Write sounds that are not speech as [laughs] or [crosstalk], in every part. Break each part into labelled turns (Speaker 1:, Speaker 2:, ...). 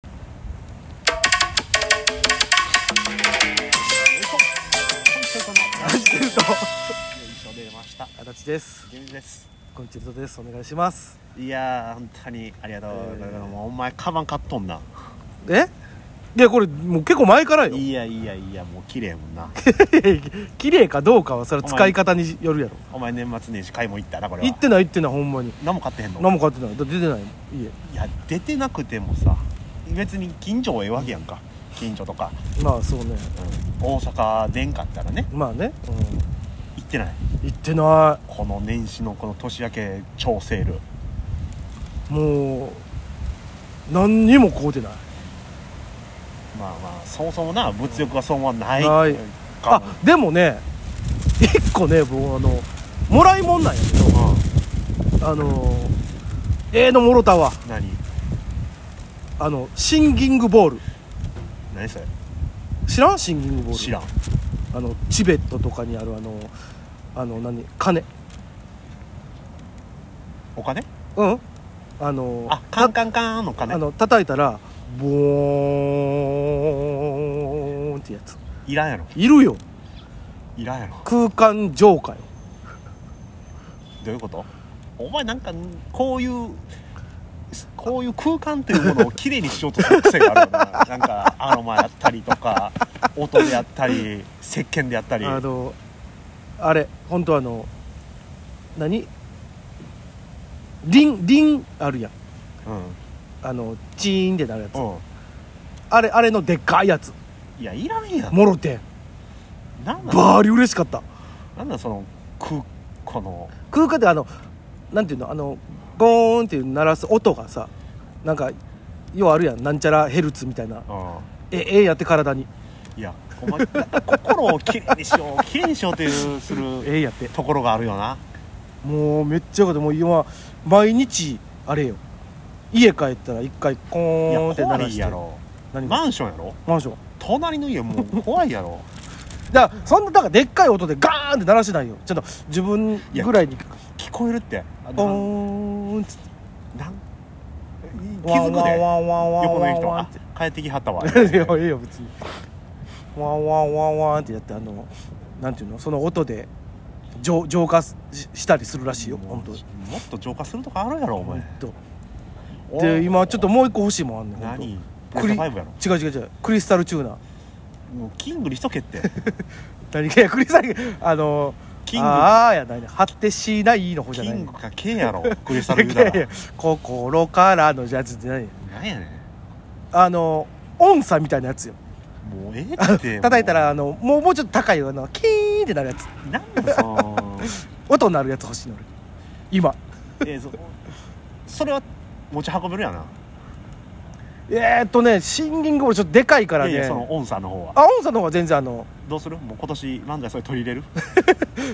Speaker 1: [laughs] れました
Speaker 2: 足立です
Speaker 1: 自分です
Speaker 2: こんちるですお願いします
Speaker 1: いやー本当にありがとう、
Speaker 2: えー
Speaker 1: もうお前カバン買っとんな
Speaker 2: えいやこれもう結構前からよい
Speaker 1: いやいやいやもう綺麗やもんな
Speaker 2: やいや [laughs] 綺麗かどうかはそれは使い方によるやろ
Speaker 1: お前年末年始買い物行ったなこれは
Speaker 2: 行ってない行ってないほんまに
Speaker 1: 何も買ってへんの
Speaker 2: 何も買ってないだって出てないもん
Speaker 1: い
Speaker 2: 家
Speaker 1: や出てなくてもさ別に近所はええわけやんか近所とか、
Speaker 2: まあそうね
Speaker 1: うん、大阪出んかったらね
Speaker 2: まあね、う
Speaker 1: 行ってない
Speaker 2: ん、行ってな
Speaker 1: この年始のこの年明け超セール
Speaker 2: いもう何にも買うてない
Speaker 1: まあまあそもそもな物欲がそうはない
Speaker 2: ない
Speaker 1: か
Speaker 2: あでもね一個ね僕あのもらいもんなんやけど
Speaker 1: う
Speaker 2: あのーええのもろたわ
Speaker 1: ん何
Speaker 2: あのシンギングボール
Speaker 1: 何それ
Speaker 2: 知らんシンギングボール
Speaker 1: 知らん
Speaker 2: あのチベットとかにあるあのあの何金
Speaker 1: お金
Speaker 2: うんあの
Speaker 1: あカンカンカンの
Speaker 2: あ
Speaker 1: 金
Speaker 2: の叩いたらボーンってやつ
Speaker 1: いらんやろ
Speaker 2: いるよ
Speaker 1: いらんやろ
Speaker 2: 空間浄化よ
Speaker 1: どういうことお前なんかこういうこういう空間というものをきれいにしようとする癖があるよな
Speaker 2: [laughs]
Speaker 1: なんかアロマやったりとか音であったり石鹸であったり
Speaker 2: あのあれ本当あの何リンリンあるやん
Speaker 1: う
Speaker 2: あのチーンってなるやつ
Speaker 1: んうん
Speaker 2: あれあれのでっかいやつ
Speaker 1: いやいらんやん
Speaker 2: もろて
Speaker 1: なんなん
Speaker 2: バーリ嬉しかった
Speaker 1: なんなんその空この
Speaker 2: 空間であのなんていうのあのゴーンっていう鳴らす音がさなんかようあるやんなんちゃらヘルツみたいな
Speaker 1: う
Speaker 2: えええやって体に
Speaker 1: んいやお前なんか心をきれいにし
Speaker 2: [laughs]
Speaker 1: ようきれいにしようというする
Speaker 2: ええやって
Speaker 1: ところがあるよな
Speaker 2: もうめっちゃよかったもう今毎日あれよ家帰ったら一回コ
Speaker 1: いや
Speaker 2: ーンって鳴
Speaker 1: 怖
Speaker 2: らし
Speaker 1: い
Speaker 2: て
Speaker 1: やろ
Speaker 2: 何が
Speaker 1: マンションやろ
Speaker 2: マンション
Speaker 1: 隣の家もう怖いやろ
Speaker 2: だからそんなだからでっかい音でガーンって鳴らしてないよちょっと自分ぐらいに
Speaker 1: 聞こえるってあ
Speaker 2: ゴ
Speaker 1: の
Speaker 2: ーンっつって
Speaker 1: なん気づく
Speaker 2: ワン
Speaker 1: で
Speaker 2: ワンワンワン
Speaker 1: 横の
Speaker 2: ワン
Speaker 1: 人
Speaker 2: ワンっ
Speaker 1: が
Speaker 2: て
Speaker 1: 「あ帰ってきはった [laughs] わ」
Speaker 2: [laughs] いやいいよ別にワンワンワンワンってやってあのなんていうのその音で浄浄化ししたりするらしいよ
Speaker 1: もう
Speaker 2: 本当
Speaker 1: もっと浄化するとかあるやろお前
Speaker 2: 本当
Speaker 1: お
Speaker 2: で
Speaker 1: い
Speaker 2: 今ちょっともう一個欲しいもんあんねんほんと
Speaker 1: 何プ
Speaker 2: ク
Speaker 1: レ
Speaker 2: リ
Speaker 1: ステ5やろ
Speaker 2: 違う違う違うクリスタルチューナー
Speaker 1: もうキングにしとけって [laughs]
Speaker 2: 何 [laughs] かいやクリスタルあの
Speaker 1: キング
Speaker 2: ああやないね果てしないの方じゃ
Speaker 1: キ
Speaker 2: ない
Speaker 1: ングか K や [laughs] ろクリスタル
Speaker 2: い
Speaker 1: 言うた
Speaker 2: やいや
Speaker 1: ら
Speaker 2: 心からのやつって何
Speaker 1: なんやね
Speaker 2: あの音差みたいなやつよ
Speaker 1: んもうええって
Speaker 2: 叩いたらあ
Speaker 1: の
Speaker 2: のもうもうちょっと高いよあのキーンってなるやつ
Speaker 1: なんなんその
Speaker 2: 音鳴るやつ欲しいの俺今
Speaker 1: [laughs] えーそそれは持ち運べるやな
Speaker 2: えー、っとねシンギングボールちょっとでかいからね
Speaker 1: いやいやその音差の方は
Speaker 2: あ音さんの方が全然あの
Speaker 1: どうするもう今年漫才それ取り入れる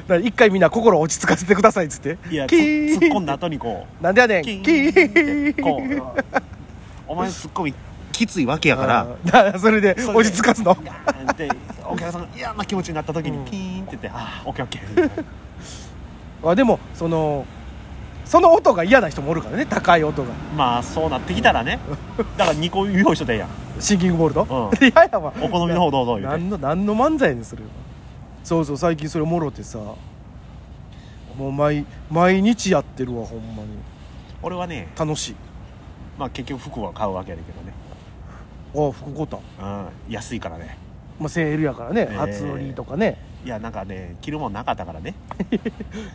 Speaker 2: な一回みんな心を落ち着かせてくださいっつって
Speaker 1: いやつ
Speaker 2: キーン
Speaker 1: 突っ込んだ後にこ
Speaker 2: なんでやね
Speaker 1: うん
Speaker 2: キ
Speaker 1: キ
Speaker 2: ーン
Speaker 1: ーンってこうお前のツッコミきついわけやから
Speaker 2: あーだ [laughs] からそれで
Speaker 1: それで
Speaker 2: 落ち着かすの
Speaker 1: ガーンってお客さんが嫌な気持ちになった時
Speaker 2: うん
Speaker 1: にピーンって言って「ああオッケーオッケー
Speaker 2: あでもそのその音が嫌な人もおるからね高い音が」
Speaker 1: まあそうなってきたらねだから2個用意しとったらええやん
Speaker 2: シンギングボールと、
Speaker 1: う
Speaker 2: [laughs] いやいやま
Speaker 1: お好みの方どうぞ言
Speaker 2: な
Speaker 1: うて
Speaker 2: んのなんの漫才にするよそうそう最近それもろてさもう毎毎日やってるわほんまに
Speaker 1: 俺はね
Speaker 2: 楽しい
Speaker 1: まあ結局服は買うわけやけどね
Speaker 2: あ福岡た、
Speaker 1: うん安いからね
Speaker 2: まあ、セールやからね
Speaker 1: えー
Speaker 2: 初売りとかね
Speaker 1: いやなんかね着るもんなかったからね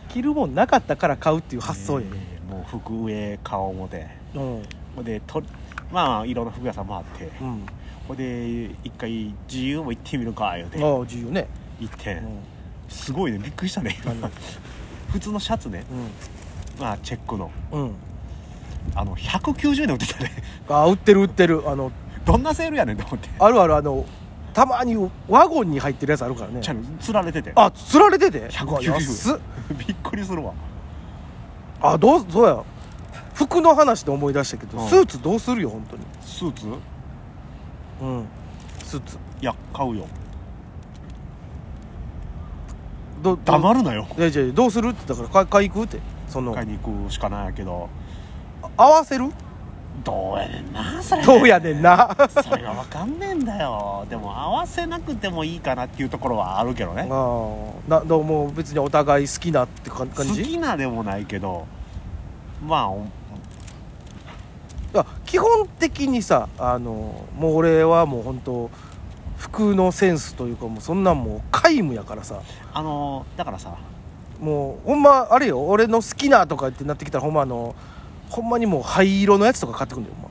Speaker 2: 着るもんなかったから買うっていう発想やね、
Speaker 1: えーもう服上顔表
Speaker 2: うん
Speaker 1: ほんでとまあいろんな服屋さんもあって
Speaker 2: うん
Speaker 1: ほんで一回自由も行ってみるか言うて行
Speaker 2: ああ重要ね、
Speaker 1: って
Speaker 2: うん
Speaker 1: んすごいねびっくりしたね
Speaker 2: 何々
Speaker 1: 普通のシャツね
Speaker 2: う
Speaker 1: まあチェックの
Speaker 2: ん、うん、
Speaker 1: あの190円で売ってたね [laughs]
Speaker 2: あ売ってる売ってるあの
Speaker 1: どんなセールやねんと思って
Speaker 2: あるあるあのたまにワゴンに入ってるやつあるからね
Speaker 1: ちゃんと釣られてて
Speaker 2: あつられてて
Speaker 1: 190
Speaker 2: うわ安っ
Speaker 1: [laughs] びっくりするわ
Speaker 2: あどうそうや服の話で思い出したけど、
Speaker 1: うん
Speaker 2: スーツどうするよ本当に
Speaker 1: スーツ
Speaker 2: うんスーツ
Speaker 1: いや買うよ
Speaker 2: ど
Speaker 1: 黙るなよ
Speaker 2: いやいやどうするってだから買い買い行くってその
Speaker 1: 買いに行くしかないけど
Speaker 2: 合わせる
Speaker 1: どうやねんなそれ
Speaker 2: どうやねんな
Speaker 1: それが分かんねえんだよでも合わせなくてもいいかなっていうところはあるけど
Speaker 2: あ
Speaker 1: ね
Speaker 2: ーなどうもう別にお互い好きなってか
Speaker 1: 好
Speaker 2: 感じ
Speaker 1: きなでもないけどまあお
Speaker 2: あ基本的にさあのもう俺はもう本当服のセンスというかもうそんなんもう皆無やからさ
Speaker 1: あのだからさ
Speaker 2: もうほんまあれよ俺の好きなとかってなってきたらほんまあのほんまにもう灰色のやつとか買ってくんだよほんま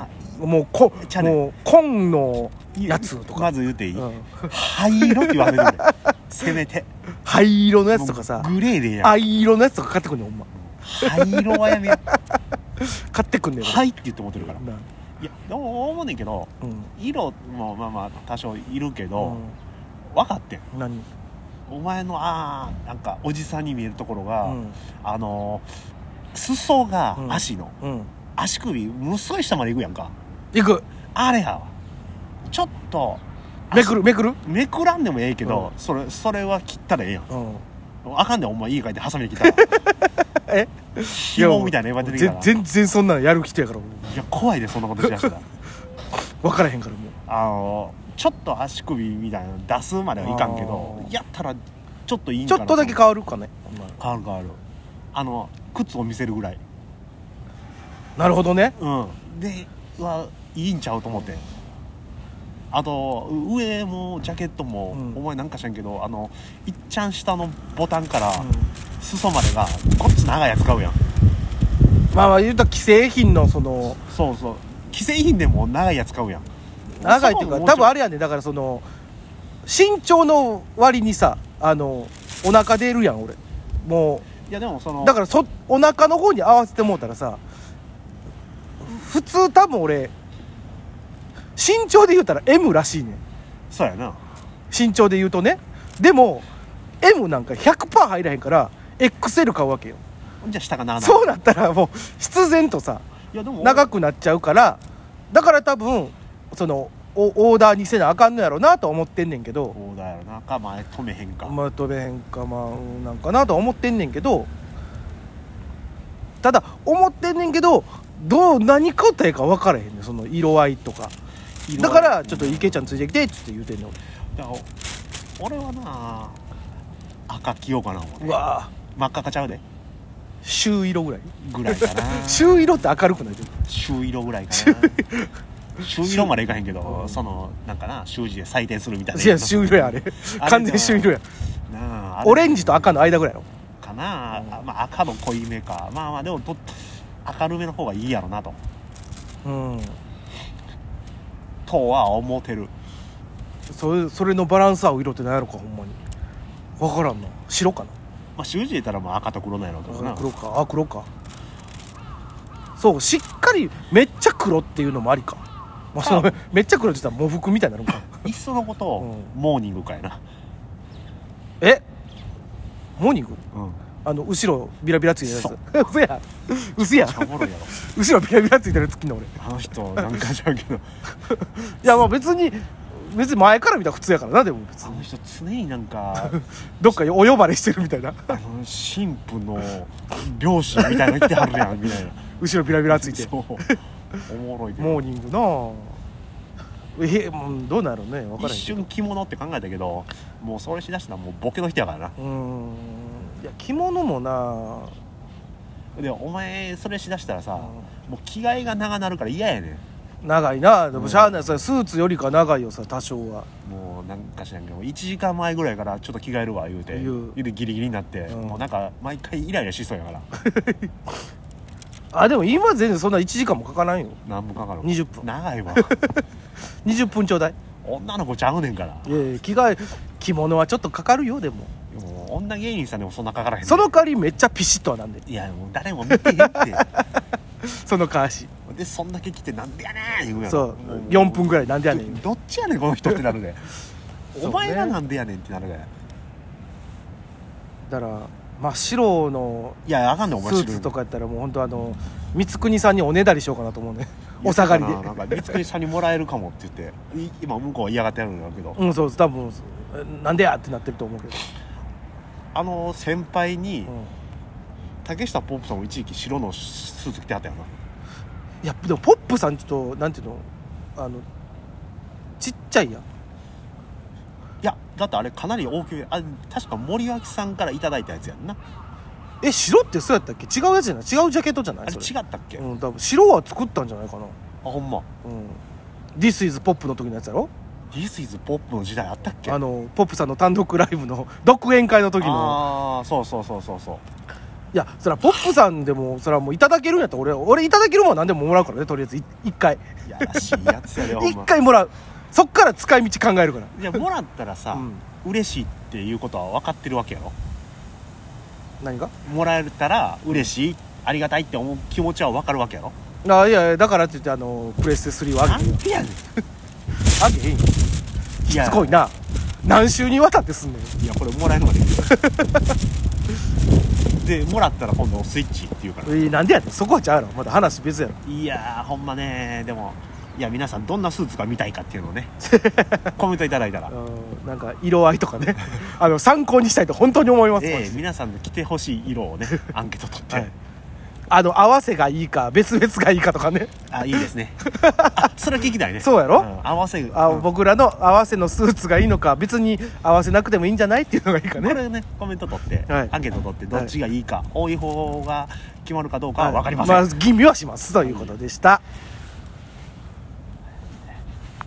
Speaker 1: まあ
Speaker 2: もうこ
Speaker 1: ちゃうねん
Speaker 2: もう紺のやつとか、
Speaker 1: まず言うていい、
Speaker 2: うん
Speaker 1: 灰色って言われるんだよせめて
Speaker 2: 灰色のやつとかさ
Speaker 1: もうグレーでいいやん
Speaker 2: 藍色のやつとか買ってくんねんほんま
Speaker 1: 灰色はやめよう
Speaker 2: 買ってくんねん俺
Speaker 1: 灰って言って思ってるから
Speaker 2: ない
Speaker 1: やでも思うねんけど
Speaker 2: うん
Speaker 1: 色もまあまあ多少いるけど、
Speaker 2: う
Speaker 1: 分かってん
Speaker 2: ん何
Speaker 1: お前のああなんかおじさんに見えるところが、
Speaker 2: うん
Speaker 1: あのー裾が
Speaker 2: うん
Speaker 1: 足の、
Speaker 2: うん
Speaker 1: 足首ものすごい下までいくやんか
Speaker 2: いく
Speaker 1: あれやわちょっと
Speaker 2: めくるめくる
Speaker 1: めくらんでもええけど、
Speaker 2: う
Speaker 1: それそれは切ったらええやん
Speaker 2: うん
Speaker 1: あかんでお前いいかいてハサミで切ったら
Speaker 2: [laughs] え
Speaker 1: 紐みたいなの今出てきたら
Speaker 2: ぜ全然そんなのやる人やから俺
Speaker 1: いや怖いでそんなことしだ
Speaker 2: [laughs]
Speaker 1: したら
Speaker 2: 分からへんからもう
Speaker 1: あのちょっと足首みたいなの出すまではいかんけど
Speaker 2: あー
Speaker 1: やったらちょっといいん
Speaker 2: ち
Speaker 1: か
Speaker 2: ょ
Speaker 1: な
Speaker 2: っとだけ変わるかね
Speaker 1: 変わる変わるあの靴を見せるぐらい
Speaker 2: なるほどね
Speaker 1: うんではいいんちゃうと思ってあとう上もジャケットも、
Speaker 2: うん
Speaker 1: お前なんか知らんけどあのいっちゃん下のボタンから
Speaker 2: うん
Speaker 1: 裾までがこっち長いやつ買うやん
Speaker 2: まあまあ言うたら既製品のその
Speaker 1: そうそう既製品でも長いやつ買うやん
Speaker 2: 長いっていうか
Speaker 1: そこももちろん
Speaker 2: 多分あれやねだからその身長の割にさあのお腹出るやん俺も
Speaker 1: いやでもそうの
Speaker 2: だからそお腹の方に合わせてもうたらさ普通多分俺身長で言うたら M らしいねん
Speaker 1: そうやな
Speaker 2: 身長で言うとねでも M なんか100%入らへんから XL 買うわけよ
Speaker 1: じゃあ下が長ない
Speaker 2: そうなったらもう必然とさ
Speaker 1: いやでも
Speaker 2: 長くなっちゃうからだから多分そのおオーダーにせなあかんのやろなとは思ってんねんけど
Speaker 1: そうだよなかまあ止めへんか、
Speaker 2: まとめへんかまあなんかなとは思ってんねんけどただ思ってんねんけどどう何買ったらええか分からへんねんその色合いとか
Speaker 1: 色
Speaker 2: だ
Speaker 1: 々
Speaker 2: からちょっと池ちゃんついてきてっつって言うてんの
Speaker 1: だから俺はな赤着ようかな思う
Speaker 2: うわ
Speaker 1: 真っ赤かちゃうで
Speaker 2: 朱色ぐらい
Speaker 1: ぐらい
Speaker 2: [laughs]
Speaker 1: かな
Speaker 2: 朱色って明るくない
Speaker 1: 朱色ぐらいかな朱色までいかへんけど、そのなんかな習字で採点するみたいない
Speaker 2: や朱色やあれ
Speaker 1: あれ
Speaker 2: 完全朱色や
Speaker 1: なああれ
Speaker 2: オレンジと赤の間ぐらいやろ
Speaker 1: かな、あまあ、赤の濃いめかまあまあでもと明るめの方がいいやろなと
Speaker 2: うん
Speaker 1: とは思ってる
Speaker 2: それそれのバランス合う色って何やろかほんまに分からんな白かな
Speaker 1: まあ習字で言ったらまあ赤と黒なんやろうけどな
Speaker 2: 黒かあ黒かそうしっかりめっちゃ黒っていうのもありか、まあ、その
Speaker 1: あ
Speaker 2: めっちゃ黒って言ったら喪服みたいになるんか
Speaker 1: [laughs] いっそのこと、
Speaker 2: う
Speaker 1: モーニングかやな、
Speaker 2: えモーニング
Speaker 1: うん、
Speaker 2: あの後ろビラビラついてるや
Speaker 1: そ
Speaker 2: つ [laughs] 嘘や嘘や
Speaker 1: めっちゃおも
Speaker 2: [laughs]
Speaker 1: ろいやろ
Speaker 2: 後ろビラビラついてるやつ好きな俺い
Speaker 1: あの人なんかじゃうけど
Speaker 2: やまあ別に別に前から見たら普通やからなでも別
Speaker 1: あ
Speaker 2: に
Speaker 1: の人常になん
Speaker 2: [laughs]
Speaker 1: か
Speaker 2: どっかお呼ばれしてるみたいな
Speaker 1: あの神父の漁師みたいなの来てはるやんみたいな
Speaker 2: 後ろビラビラついて
Speaker 1: そうおもろいけど
Speaker 2: モーニングなあえもうどうなんやろうね分から
Speaker 1: 一
Speaker 2: へんけど
Speaker 1: 瞬着物って考えたけどもうそれしだしたらもうボケの人やからな
Speaker 2: うーんいや着物もな
Speaker 1: でお前それしだしたらさ、もう着替えが長なるから嫌やね
Speaker 2: 長いなで
Speaker 1: う
Speaker 2: も
Speaker 1: ん
Speaker 2: しゃあないさスーツよりか長いよさ多少は
Speaker 1: んもうなんか知らんけど1時間前ぐらいからちょっと着替えるわ言うて
Speaker 2: 言う
Speaker 1: 言てギリギリになって、
Speaker 2: うん
Speaker 1: もうなんか毎回イライラしそうやから
Speaker 2: あでも今全然そんな1時間もかからんよ
Speaker 1: 何もかかる
Speaker 2: 20分
Speaker 1: 長
Speaker 2: [laughs]
Speaker 1: いわ
Speaker 2: 20分ちょうだい
Speaker 1: 女の子ちゃうねんから
Speaker 2: いやいや着替え着物はちょっとかかるよでも
Speaker 1: もう女芸人さんでもそんなかからへんねん
Speaker 2: その代わりめっちゃピシッとはなんで
Speaker 1: いやもう誰も見てへんって [laughs]
Speaker 2: そのかわし
Speaker 1: でそんだけ来てなんでやねん言うやん
Speaker 2: そう4分ぐらいなんでやねん
Speaker 1: どどっちやねんこの人ってなるで
Speaker 2: [laughs] そうね
Speaker 1: お前がなんでやねんってなるで
Speaker 2: だから真っ白の
Speaker 1: いやあかんねんお
Speaker 2: ス
Speaker 1: 前
Speaker 2: ーツとかやったらもう本当あの光国さんにおねだりしようかなと思うね
Speaker 1: 知る
Speaker 2: お下がりで
Speaker 1: いやなんか三國さんにもらえるかもって言ってい今向こうは嫌がってやるんだけど、
Speaker 2: うんそう多分えなんでやってなってると思うけど、
Speaker 1: あの先輩に
Speaker 2: うん
Speaker 1: 竹下ポップさんも一時期白のスーツ着てはったよな
Speaker 2: いやでもポップさんちょっとなんていうのあのちっちゃいやん
Speaker 1: いやだってあれかなり大きいあ確か森脇さんからいただいたやつやんな
Speaker 2: え白ってそうやったっけ違うやつじゃない違うジャケットじゃな
Speaker 1: あ
Speaker 2: い
Speaker 1: れ違
Speaker 2: それ
Speaker 1: ったっけ、あ
Speaker 2: うん多分白は作ったんじゃないかな
Speaker 1: ほんま
Speaker 2: うん「This is Pop」の時のやつやろ
Speaker 1: This is Pop の時代あったっけ
Speaker 2: あのポップさんの単独ライブの独演会の時の
Speaker 1: ああそうそうそうそうそう
Speaker 2: いやそらポップさんでもそらもういただけるんやったら俺俺いただけるもんは何でももらうからねとりあえずい一回
Speaker 1: いやらしいやつやでほん
Speaker 2: 一
Speaker 1: ま
Speaker 2: 回もらうそっから使い道考えるから
Speaker 1: いやもらったらさ、
Speaker 2: うん
Speaker 1: 嬉しいっていうことは分かってるわけやろ
Speaker 2: 何が
Speaker 1: もらえたら嬉しいありがたいって思う気持ちは分かるわけやろ
Speaker 2: あいやいやだからって言ってあのプレステ3は
Speaker 1: な
Speaker 2: あげへん
Speaker 1: んでやねん
Speaker 2: あげへんよし
Speaker 1: いや
Speaker 2: つこいな何週にわたってすんのよ
Speaker 1: いやこれもらえるまででもらったら今度スイッチって言うから
Speaker 2: えーなんでやねんそこはちゃうやろまだ話別やろ
Speaker 1: いやーほんまねでもいや皆さんどんなスーツが見たいかっていうのを [laughs] ねコメントいただいたら
Speaker 2: うんなんか色合いと
Speaker 1: [laughs]
Speaker 2: かねあの参考にしたいと本当に思います、マ
Speaker 1: ええ
Speaker 2: ジで
Speaker 1: 皆さんの着てほしい色をねアンケート取って、
Speaker 2: はいあの合わせがいいか別々がいいかとかね
Speaker 1: あいいです
Speaker 2: [laughs]
Speaker 1: ねあそれ聞きたいね
Speaker 2: そうやろ
Speaker 1: ん合わせ
Speaker 2: あ、
Speaker 1: うん
Speaker 2: 僕らの合わせのスーツがいいのか別に合わせなくてもいいんじゃないっていうのがいいか
Speaker 1: こ
Speaker 2: ね
Speaker 1: れねコメント取って、
Speaker 2: はい
Speaker 1: アンケート取ってどっちがいいか、多い方が決まるかどうかは分かりません、
Speaker 2: はいあ、吟味はしますということでした、